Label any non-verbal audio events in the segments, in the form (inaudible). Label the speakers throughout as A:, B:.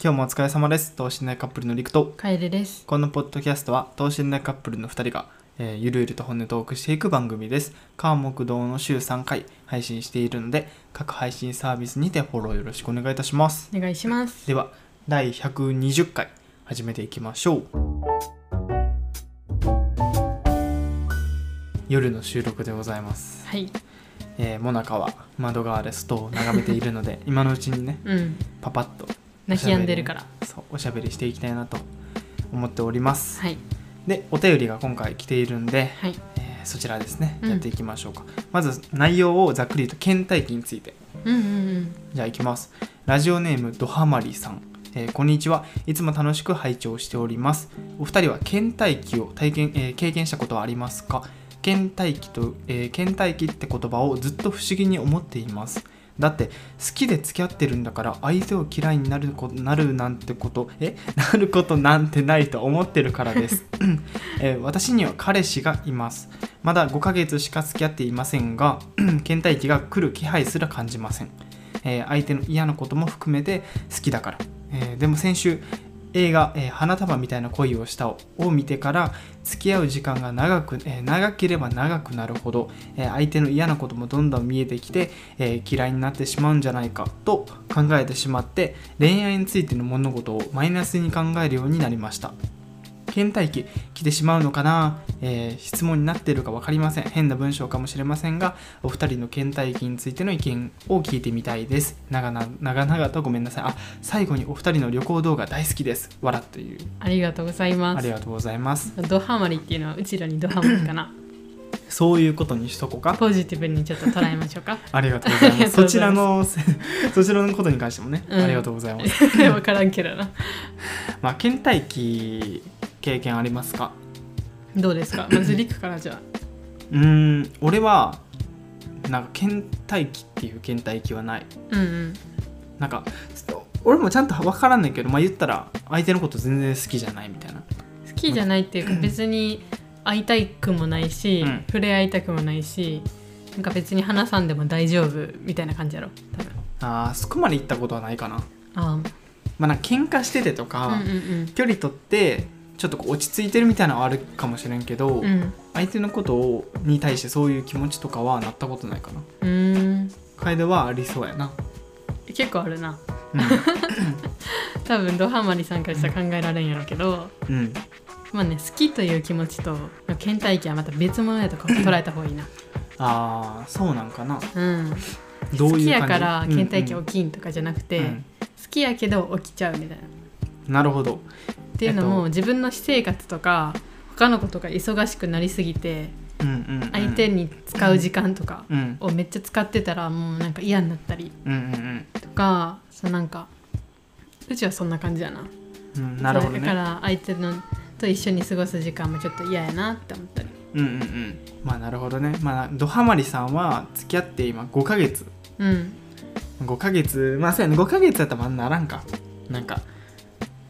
A: 今日もお疲れ様です等身大カップルのりくと
B: カエルです。
A: このポッドキャストは等身大カップルの2人が、えーゆるゆると本音トークしていく番組です川木堂の週3回配信しているので各配信サービスにてフォローよろしくお願いいたします
B: お願いします。
A: では第120回始めていきましょう夜の収録でございます、
B: はい。
A: えー、モナカは窓側で外を眺めているので今のうちにね
B: うん。
A: パパッと
B: 泣き止んでるから。
A: そうおしゃべりしていきたいなと思っております、
B: はい。
A: でお便りが今回来ているんで、
B: はい。
A: えーそちらですね
B: うん
A: やっていきましょうか、まず内容をざっくりと倦怠期について
B: うんうん
A: じゃあいきますラジオネームドハマリさん、えーこんにちはいつも楽しく拝聴しておりますお二人は倦怠期を体験、えー経験したことはありますか倦怠期と、えー倦怠期って言葉をずっと不思議に思っていますだって好きで付き合ってるんだから相手を嫌いになるこなるなんてことえなることなんてないと思ってるからです、えー私には彼氏がいますまだ5ヶ月しか付き合っていませんが (coughs) 倦怠期が来る気配すら感じませんえー相手の嫌なことも含めて好きだから、えーでも先週映画、えー花束みたいな恋をした」を見てから付き合う時間が長く、えー長ければ長くなるほど、えー相手の嫌なこともどんどん見えてきて、えー嫌いになってしまうんじゃないかと考えてしまって恋愛についての物事をマイナスに考えるようになりました倦怠期来てしまうのかな、えー質問になっているか分かりません変な文章かもしれませんがお二人の倦怠期についての意見を聞いてみたいです長々長々とごめんなさいあ最後にお二人の旅行動画大好きです笑っという
B: うん。ありがとうござい
A: あ
B: ます
A: り。がとうございます
B: ドハマりっていうのはうちらにドハマりか
A: (coughs)
B: な。
A: そういうことにしとこうか
B: ポジティブにちょっと捉えまし
A: (laughs)
B: ょうか。
A: ありがとうござい
B: (laughs)
A: ます
B: あ
A: そ
B: り
A: ちら
B: がとう
A: の (laughs) そちらのことに関してもね、
B: うん
A: ありがとうございます
B: わからんけどな。
A: まあ倦怠期経験ありますか
B: どう
A: (coughs)
B: ですか。まずリクからじゃ
A: うーん俺はなんか倦怠期っていう倦怠期はない
B: あ。うんうん。
A: なんかちょっと俺もちゃんと分からんねんけど、まあ、言ったら相手のこと全然好きじゃないみたいな
B: 好きじゃないっていうか別に会いたくもないし、
A: うん
B: 触れ合いたくもないし。なんか別に話さんでも大丈夫みたいな感じやろ多分
A: あーそこまで行ったことはないかな
B: あ
A: まあなんか喧嘩しててと
B: あ
A: か、
B: うんうん
A: 距離取ってちょっとこう落ち着いてるみたいなのはあるかもしれんけど、
B: うんうん
A: 相手のことをに対してそういう気持ちとかはなったことないかな
B: うーん
A: 楓はありそうやな、
B: 結構あるな
A: う
B: 多分ドハマリさんからしたら考えられんやろうけど、
A: ん、うん、
B: まあね好きという気持ちと倦怠期はまた別物やとか捉えた方がいいな、
A: あーそうなんかな
B: うん、
A: どういう感
B: 好
A: じ
B: きやから倦怠期
A: うんうん
B: 起きんとかじゃなくて、
A: うん
B: 好きやけど起きちゃうみたいなっ
A: なるほど
B: ていうの
A: えっ
B: も、
A: と
B: 自分の私生活とか他のことが忙しくなりすぎて
A: うんうんうん
B: 相手に使う時間とか
A: うん
B: をめっちゃ使ってたらもうなんか嫌になったり
A: うんうん
B: とかそうなんかうちはそんな感じやな
A: うんうんなるほど
B: そうだか
A: ね
B: ら相手のと一緒に過ごす時間もちょっと嫌やなって思ったり
A: うんうんうんまあなるほどねまあドハマリさんは付き合って今5ヶ月
B: うん
A: 5ヶ月まあそうやね5ヶ月やったらまあならんかなんか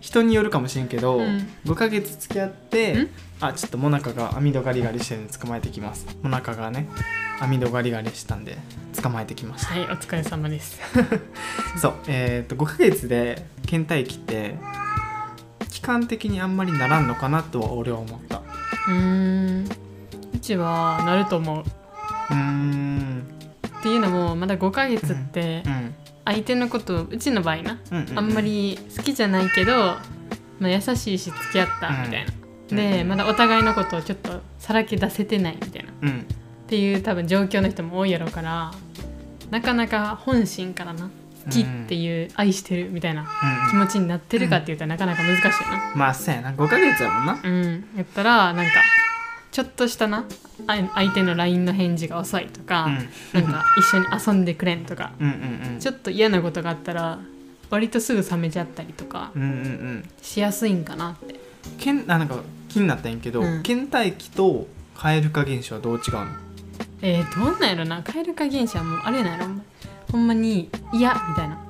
A: 人によるかもしれんけど、
B: うん
A: 5ヶ月付き合って
B: ん
A: あちょっとモナカが網戸ガリガリしてるんで捕まえてきますモナカがね網戸ガリガリしたんで捕まえてきました
B: はい、お疲れ様です。 (laughs)
A: そうえっ、と5ヶ月で倦怠期って期間的にあんまりならんのかなとは俺は思った
B: うーん、うちはなると思う。
A: うーん
B: っていうのも、まだ5ヶ月って
A: う、ん
B: 相手のこと、うちの場合な、
A: うんうう
B: あんまり好きじゃないけど、まあ、優しいし、付き合ったみたい
A: う
B: な。
A: ん
B: で、まだお互いのことをちょっとさらけ出せてないみたいな。っ
A: うん
B: ていう多分状況の人も多いやろうから、なかなか本心からな、好きっていう、愛してるみたいな
A: うん
B: 気持ちになってるかっていうとなかなか難しいな。
A: まあそうやな5ヶ月やもんな
B: うん、やったらなんかちょっとしたなあ相手の LINE の返事が遅いとか、
A: うん
B: なんか一緒に遊んでくれんとか
A: うんうんうん
B: ちょっと嫌なことがあったら割とすぐ冷めちゃったりとか
A: うんうんうん
B: しやすいんかなって
A: けんあなんか気になったんやけど、
B: うん
A: 倦怠期と蛙化現象はどう違うの
B: えー、どうなんやろな蛙化現象はもうあれなんやろほんまに嫌みたいな、も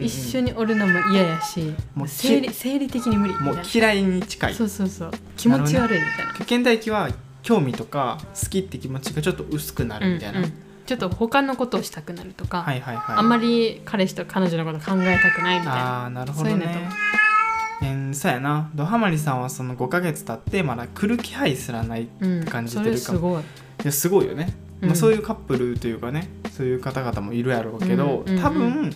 B: う一緒
A: に
B: におるのも嫌やし
A: もうき
B: 生理生理的に無理み
A: も
B: たいうな
A: 嫌いに近い
B: そうそうそう気持ち悪いみたいな
A: 倦怠期は興味とか好きって気持ちがちょっと薄くなるみたいな、
B: うんうんちょっと他のことをしたくなるとか、
A: はいはいはい
B: あんまり彼氏と彼女のこと考えたくないみたいな
A: あーなるほど
B: そうい
A: ね
B: うの
A: えーそうやなドハマリさんはその5ヶ月経ってまだ来る気配すらないい
B: うん
A: 感じて
B: そ
A: るかも
B: れすごい
A: やすごいよね、
B: うん
A: まあ、そういうカップルというかねそういう方々もいるやろうけど、
B: うんうんうん
A: 多分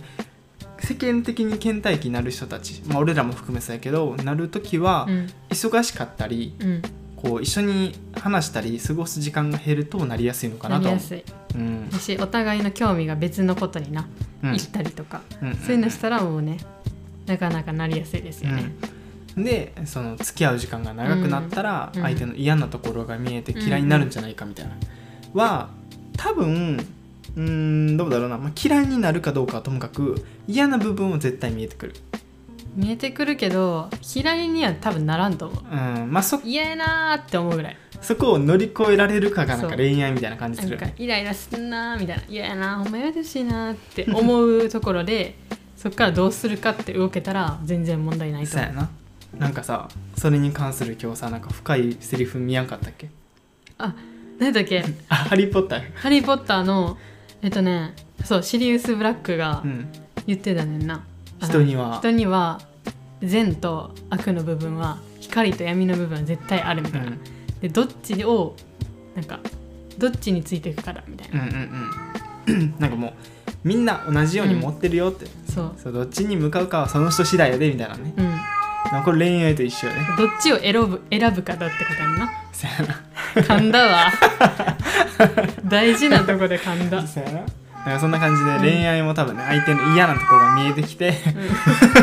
A: 世間的に倦怠期になる人たち、まあ、俺らも含めそうやけどなる時は
B: うん
A: 忙しかったり、
B: うん
A: こう一緒に話したり過ごす時間が減るとなりやすいのかな
B: なり
A: と
B: やすい
A: うん
B: だしお互いの興味が別のことにな、
A: うん
B: 行ったりとか
A: うん
B: そういうのしたらもうねなかなかなりやすいですよね、
A: うん、でその付き合う時間が長くなったら
B: うん
A: 相手の嫌なところが見えて嫌いになるんじゃないかみたいな、は多分うーんどうだろうな、まあ、嫌いになるかどうかはともかく嫌な部分を絶対見えてくる、
B: 見えてくるけど嫌いには多分ならんと思う
A: うんまあ、そ
B: 嫌やなーって思うぐらい
A: そこを乗り越えられるかがなん
B: そ
A: か
B: う
A: 恋愛みたいな感じ
B: な
A: す
B: ん
A: る
B: かイライラすんなーみたいな嫌やなーほんまやめてほしいなーって思うところでそっからどうするかって動けたら全然問題ないと
A: そう
B: 思
A: や
B: う
A: ななんかさそれに関する今日さなんか深いセリフ見やんかったっけ
B: 何だっけ
A: あハリー・ポッター
B: 「ハリー・ポッターの」えっとねそうシリウス・ブラックが
A: うん
B: 言ってたねんな、あの
A: 人には
B: 人には善と悪の部分は光と闇の部分は絶対あるみ
A: う
B: た
A: ん
B: いうな、
A: ん
B: でどっちをなんかどっちについていくからみたいな、
A: うんうんなんかもうみんな同じように持ってるよって、
B: そう
A: そうどっちに向かうかはその人次第やでみたいなね
B: うん
A: これ恋愛と一緒やね
B: どっちを選ぶ選ぶかだってことやんな
A: そやな
B: 噛んだわ
A: (laughs)
B: 大事なとこで噛んだ、
A: そやなだからそんな感じで恋愛も多分ね相手の嫌なところが見えてきて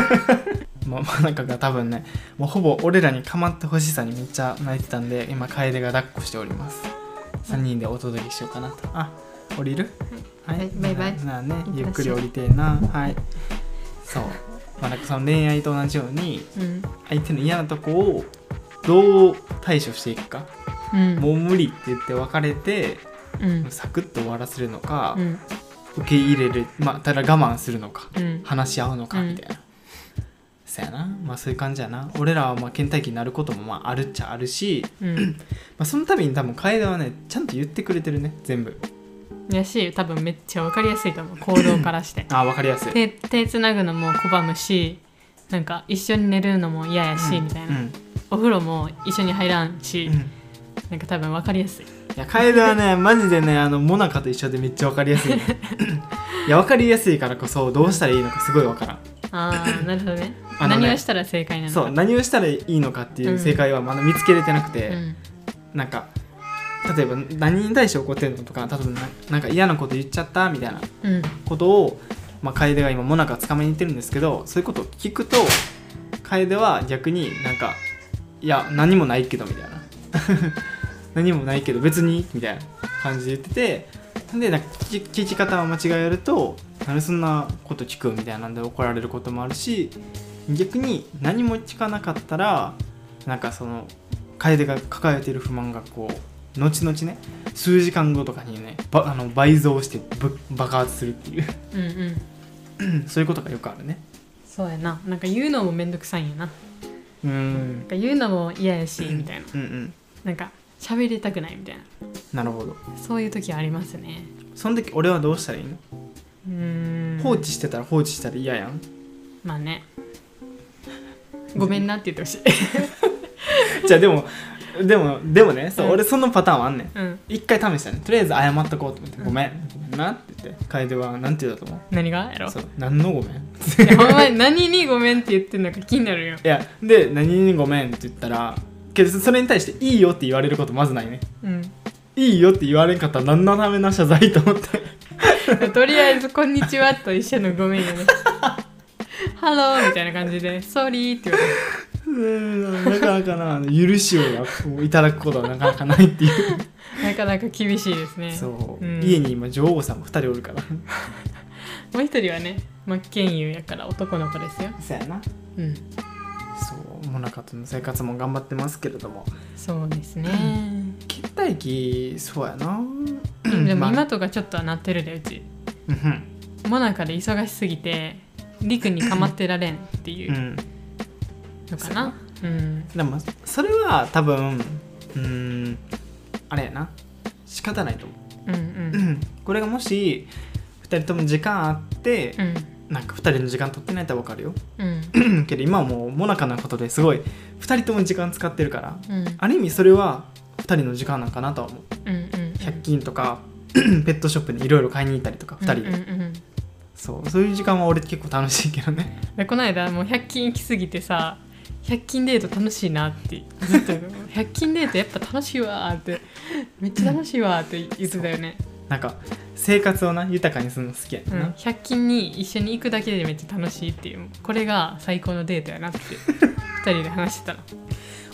A: (laughs) まあ真中が多分ねもうほぼ俺らに構ってほしさにめっちゃ泣いてたんで今楓が抱っこしております3人でお届けしようかなとあ降りる
B: はいバイバイ
A: なあね
B: ってらっしゃい
A: ゆっくり降りてえなはいそうまあなんかその恋愛と同じように
B: うん
A: 相手の嫌なとこをどう対処していくか
B: うん
A: もう無理って言って別れて
B: うん
A: サクッと終わらせるのか、
B: うん
A: 受け入れる、まあ、ただ我慢するのか
B: うん
A: 話し合うのか
B: うん
A: みたいな、そやなまあそういう感じやな俺らはまあ倦怠期になることもまああるっちゃあるし、 (laughs)
B: うん
A: まあ、その度に多分楓はねちゃんと言ってくれてるね全部
B: やし多分めっちゃ分かりやすいと思う行動からして
A: ああ分かりやすい
B: 手手つなぐのも拒むしなんか一緒に寝るのも嫌やし、みたいな、
A: うん
B: お風呂も一緒に入らんし、
A: うん、い
B: なんか多分分かりやすい
A: や楓は
B: (laughs)
A: ねマジでねあのモナカと一緒でめっちゃ分かりやすい、ね、 (laughs) いや分かりやすいからこそどうしたらいいのかすごい分からん
B: あ (laughs) あなるほどね
A: あのね
B: 何をしたら正解なのか
A: そう何をしたらいいのかっていう正解はまだ見つけれてなくて、
B: うん
A: なんか例えば何に対して怒ってるのとか例えばななんか嫌なこと言っちゃったみたいな
B: うん
A: ことを、まあ、楓が今モナカつかめに行ってるんですけどそういうことを聞くと楓は逆になんか「いや何もないけ (laughs) ど」みたいな「何もないけど別に」みたいな感じで言っててでなんか聞き聞き方を間違えると「なんでそんなこと聞く?」みたいなんで怒られることもあるし逆に何も聞かなかったらなんかその楓が抱えてる不満がこう後々ね数時間後とかにねばあの倍増してぶ爆発するっていう (laughs)
B: うんうん
A: そういうことがよくあるね
B: そうやななんか言うのもめんどくさいんやなな
A: うん
B: んか言うのも嫌やしみたいな
A: うんうん
B: なんか喋りたくないみたい
A: な
B: な
A: るほど
B: そういう時ありますね
A: その時俺はどうしたらいいの、
B: うーん
A: 放置してたら放置したら嫌やん (laughs)
B: まあね (laughs) ごめんなって言ってほしい
A: じゃあでもでもでもねそう、
B: うん
A: 俺そのパターンはあんねん
B: うん
A: 一回試したねとりあえず謝っとこうと思って「
B: うん
A: ごめんごめんな」って言って楓はなんて言うだと思
B: 何がやろ
A: うそう何のごめんい
B: い (laughs) やほんまに何にごめんって言ってんのか気になるよ
A: やで「何にごめん」って言ったらけどそれに対して「いいよ」って言われることまずないね
B: うん
A: いいよって言われんかったら何のための謝罪と思って
B: (laughs) とりあえず「こんにちは」と一緒の「ごめん」
A: (laughs)
B: よね「ハロー」みたいな感じで「ソーリー」って言われる
A: うんなかなかな許しをいただくことはなかなかないっていう
B: なかなか厳しいですね
A: そう、
B: うん
A: 家に今女王さんも2人おるから
B: もう一人はね真剣佑やから男の子ですよ
A: そうやな
B: うん
A: そうモナカとの生活も頑張ってますけれども
B: そうですね
A: 倦怠期そうやな
B: でも
A: まあ
B: 今とかちょっとはなってるでうち
A: うん
B: モナカで忙しすぎてリクに構ってられんっていううんのかなうん
A: でもそれは多分うんあれやな仕方ないと思う
B: うんうん
A: これがもし2人とも時間あって
B: う、ん
A: なんか2人の時間取ってないと分かるよ
B: うん
A: けど今はもうモナカのことですごい2人とも時間使ってるから
B: うん
A: ある意味それは2人の時間なんかなとは思う
B: うんうん
A: 100均とか (clears throat) ペットショップにいろいろ買いに行ったりとか2人で、
B: うんうんうん
A: そうそういう時間は俺結構楽しいけどね (laughs)
B: でこの間もう100均行きすぎてさ100均デート楽しいなってずっと言う100均デートやっぱ楽しいわーってめっちゃ楽しいわーって言ってたよね、
A: なんか生活をな豊かにするの好きやね
B: うんん、
A: な、
B: 100均に一緒に行くだけでめっちゃ楽しいっていうこれが最高のデートやなって二人で話してたの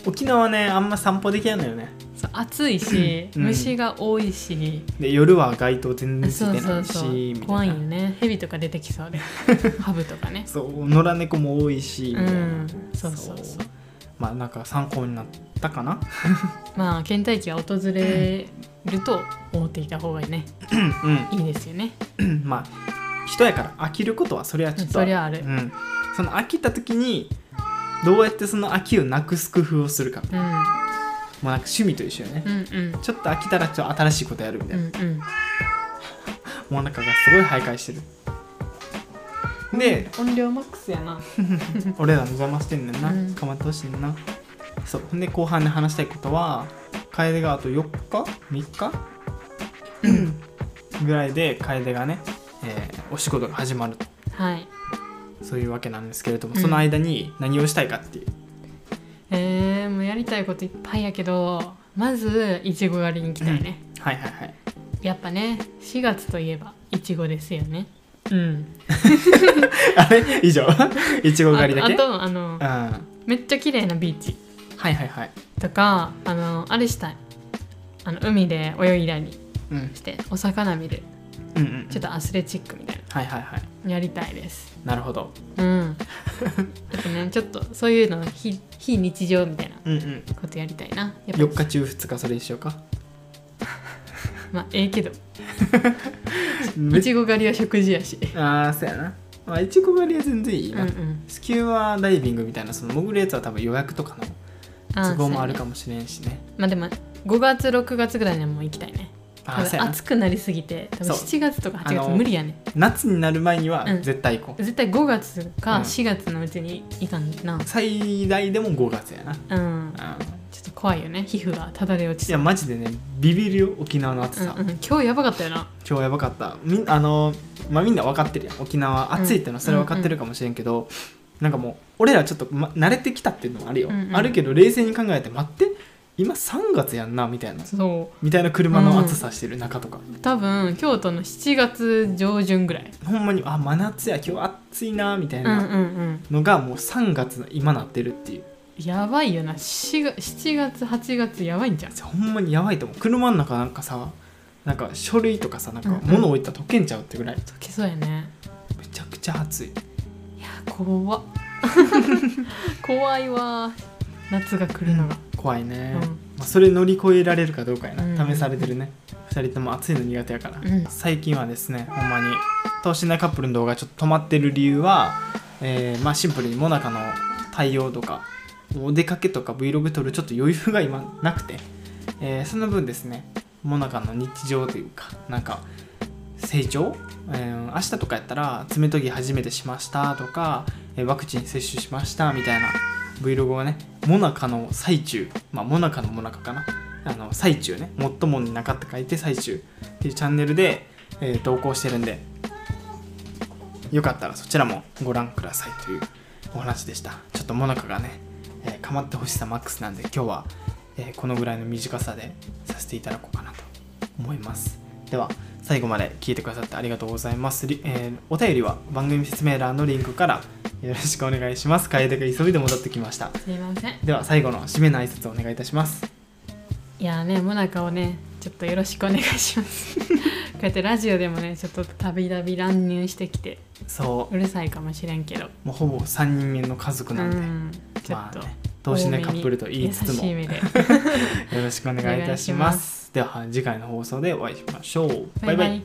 A: 沖縄ねあんま散歩できないのよね
B: そう暑いし、
A: うん
B: 虫が多いし
A: で夜は街灯全然つ
B: そ
A: いうて
B: そ
A: な
B: う
A: いし
B: そう
A: みたいな
B: 怖いよね蛇とか出て
A: (laughs)
B: きそうでハブとかね
A: そう野良猫も多いしみ
B: う
A: たいな、
B: んそうそうそう
A: まあなんか参考になったかな
B: まあ倦怠期が訪れると思っていた方がね
A: うん
B: いいですよね
A: うんまあ人やから飽きることはそれはちょっと
B: そりゃある
A: うん、その飽きた時にどうやってその飽きをなくす工夫をするかも
B: うん
A: うなんか趣味と一緒よね、
B: うんうん
A: ちょっと飽きたらちょっと新しいことやるみた
B: う
A: いな、
B: んうん
A: もうなんかがすごい徘徊してるで
B: 音量マックスやな
A: 俺らの邪魔してんねんな、
B: うん
A: かまってほしいねんなそうほんで後半で話したいことは楓があと4日3日ぐらいで楓がね、えーお仕事が始まると
B: はい
A: そういうわけなんですけれども、
B: うん
A: その間に何をしたいかっていう
B: えー、もうやりたいこといっぱいやけどまずいちご狩りに行きたいね、
A: はいはいはい (laughs)
B: やっぱね4月といえばいちごですよねうん
A: あれ以上いちご狩りだ
B: あ
A: け
B: あとあ
A: う
B: の
A: んは
B: めっちゃ綺麗なビーチ
A: いはいはい
B: とかあのあれしたいあの海で泳いだり
A: うん
B: してお魚見る
A: うんうん
B: ちょっとアスレチックみたいな
A: はいはいはい
B: のやりたいです
A: なるほど
B: うん
A: (laughs)
B: あとねちょっとそういうの非非日常みたいな
A: うんうん
B: ことやりたいなやっぱ
A: 4日中2日それにしようか
B: まあええけど
A: め
B: いちご狩りは食事やし
A: ああそうやなまあいちご狩りは全然いい
B: うん
A: な、
B: うん
A: スキューバダイビングみたいなその潜るやつは多分予約とかの
B: ー
A: 都合もある
B: そうやね
A: かもしれんしね
B: まあでも5月6月ぐらいにはもう行きたいね
A: ああそ
B: 多
A: う
B: 分
A: やな
B: 暑くなりすぎて多分
A: そう
B: 7月とか8
A: あ
B: 月
A: の
B: 無理やね
A: 夏になる前には
B: うん
A: 絶対行こう、
B: 絶対5月か
A: うん
B: 4月のうちに行かんな
A: 最大でも5月やな、
B: うん
A: うん、
B: ちょっと怖いよね皮膚がただれ落
A: い
B: ち
A: や
B: そう
A: マジでねビビるよ沖縄の暑さ、
B: うんうん、今日やばかったよな
A: 今日やばかったみんあのまあみんな分かってるやん沖縄暑いってのはそれは分かってるかもしれんけど、なんかもう俺らちょっと、ま、慣れてきたっていうのもあるよ、
B: うんうん
A: あるけど冷静に考えて待って今3月やんなみたいな
B: そ
A: みたいな車の暑さしてる中とか、
B: う多分京都の7月上旬ぐらい
A: ほんまにあ真夏や今日暑いなみたい
B: うんうんう
A: なんのがもう3月の今なってるっていう
B: やばいよな4月7月8月やばいんじゃん
A: ほんまにやばいと思う車の中なんかさなんか書類とかさなんか
B: うんうん
A: 物置いたら溶けんちゃうってぐらい
B: 溶けそうやね
A: めちゃくちゃ暑い
B: いや怖っ怖いわ夏が来るのが、
A: 怖いね、
B: う
A: ま
B: ん
A: あ、それ乗り越えられるかどうかやな、
B: うん
A: 試されてるね2人とも暑いの苦手やから、
B: うん
A: 最近はですねほんまに等身大カップルの動画ちょっと止まってる理由は、えーまあシンプルにモナカの対応とかお出かけとか Vlog 撮るちょっと余裕が今なくて、えーその分ですねモナカの日常というかなんか成長、えー明日とかやったら爪研ぎ初めてしましたとか、えーワクチン接種しましたみたいな Vlog をねモナカの最中まあモナカのモナカかなあの最中ね最もになかって書いて最中っていうチャンネルで、えー投稿してるんでよかったらそちらもご覧くださいというお話でしたちょっとモナカがね、えー、かまってほしさマックスなんで今日は、えーこのぐらいの短さでさせていただこうかなと思いますでは最後まで聞いてくださってありがとうございます、りえーお便りは番組説明欄のリンクからよろしくお願いします楓が急いで戻ってきました
B: すいません
A: では最後の締めの挨拶をお願いいたします
B: いやーねもなかをねちょっとよろしくお願いします (laughs) こうやってラジオでもねちょっとたびたび乱入してきて
A: そう
B: うるさいかもしれんけど
A: もうほぼ3人目の家族
B: う
A: なんで、
B: んちょっ
A: ま
B: と、
A: あね等身大カップルと言いつつ
B: 多め
A: も
B: に優しい目で
A: よろしくお願いいたします。では次回の放送でお会いしましょう。
B: バイバイ
A: バイバイ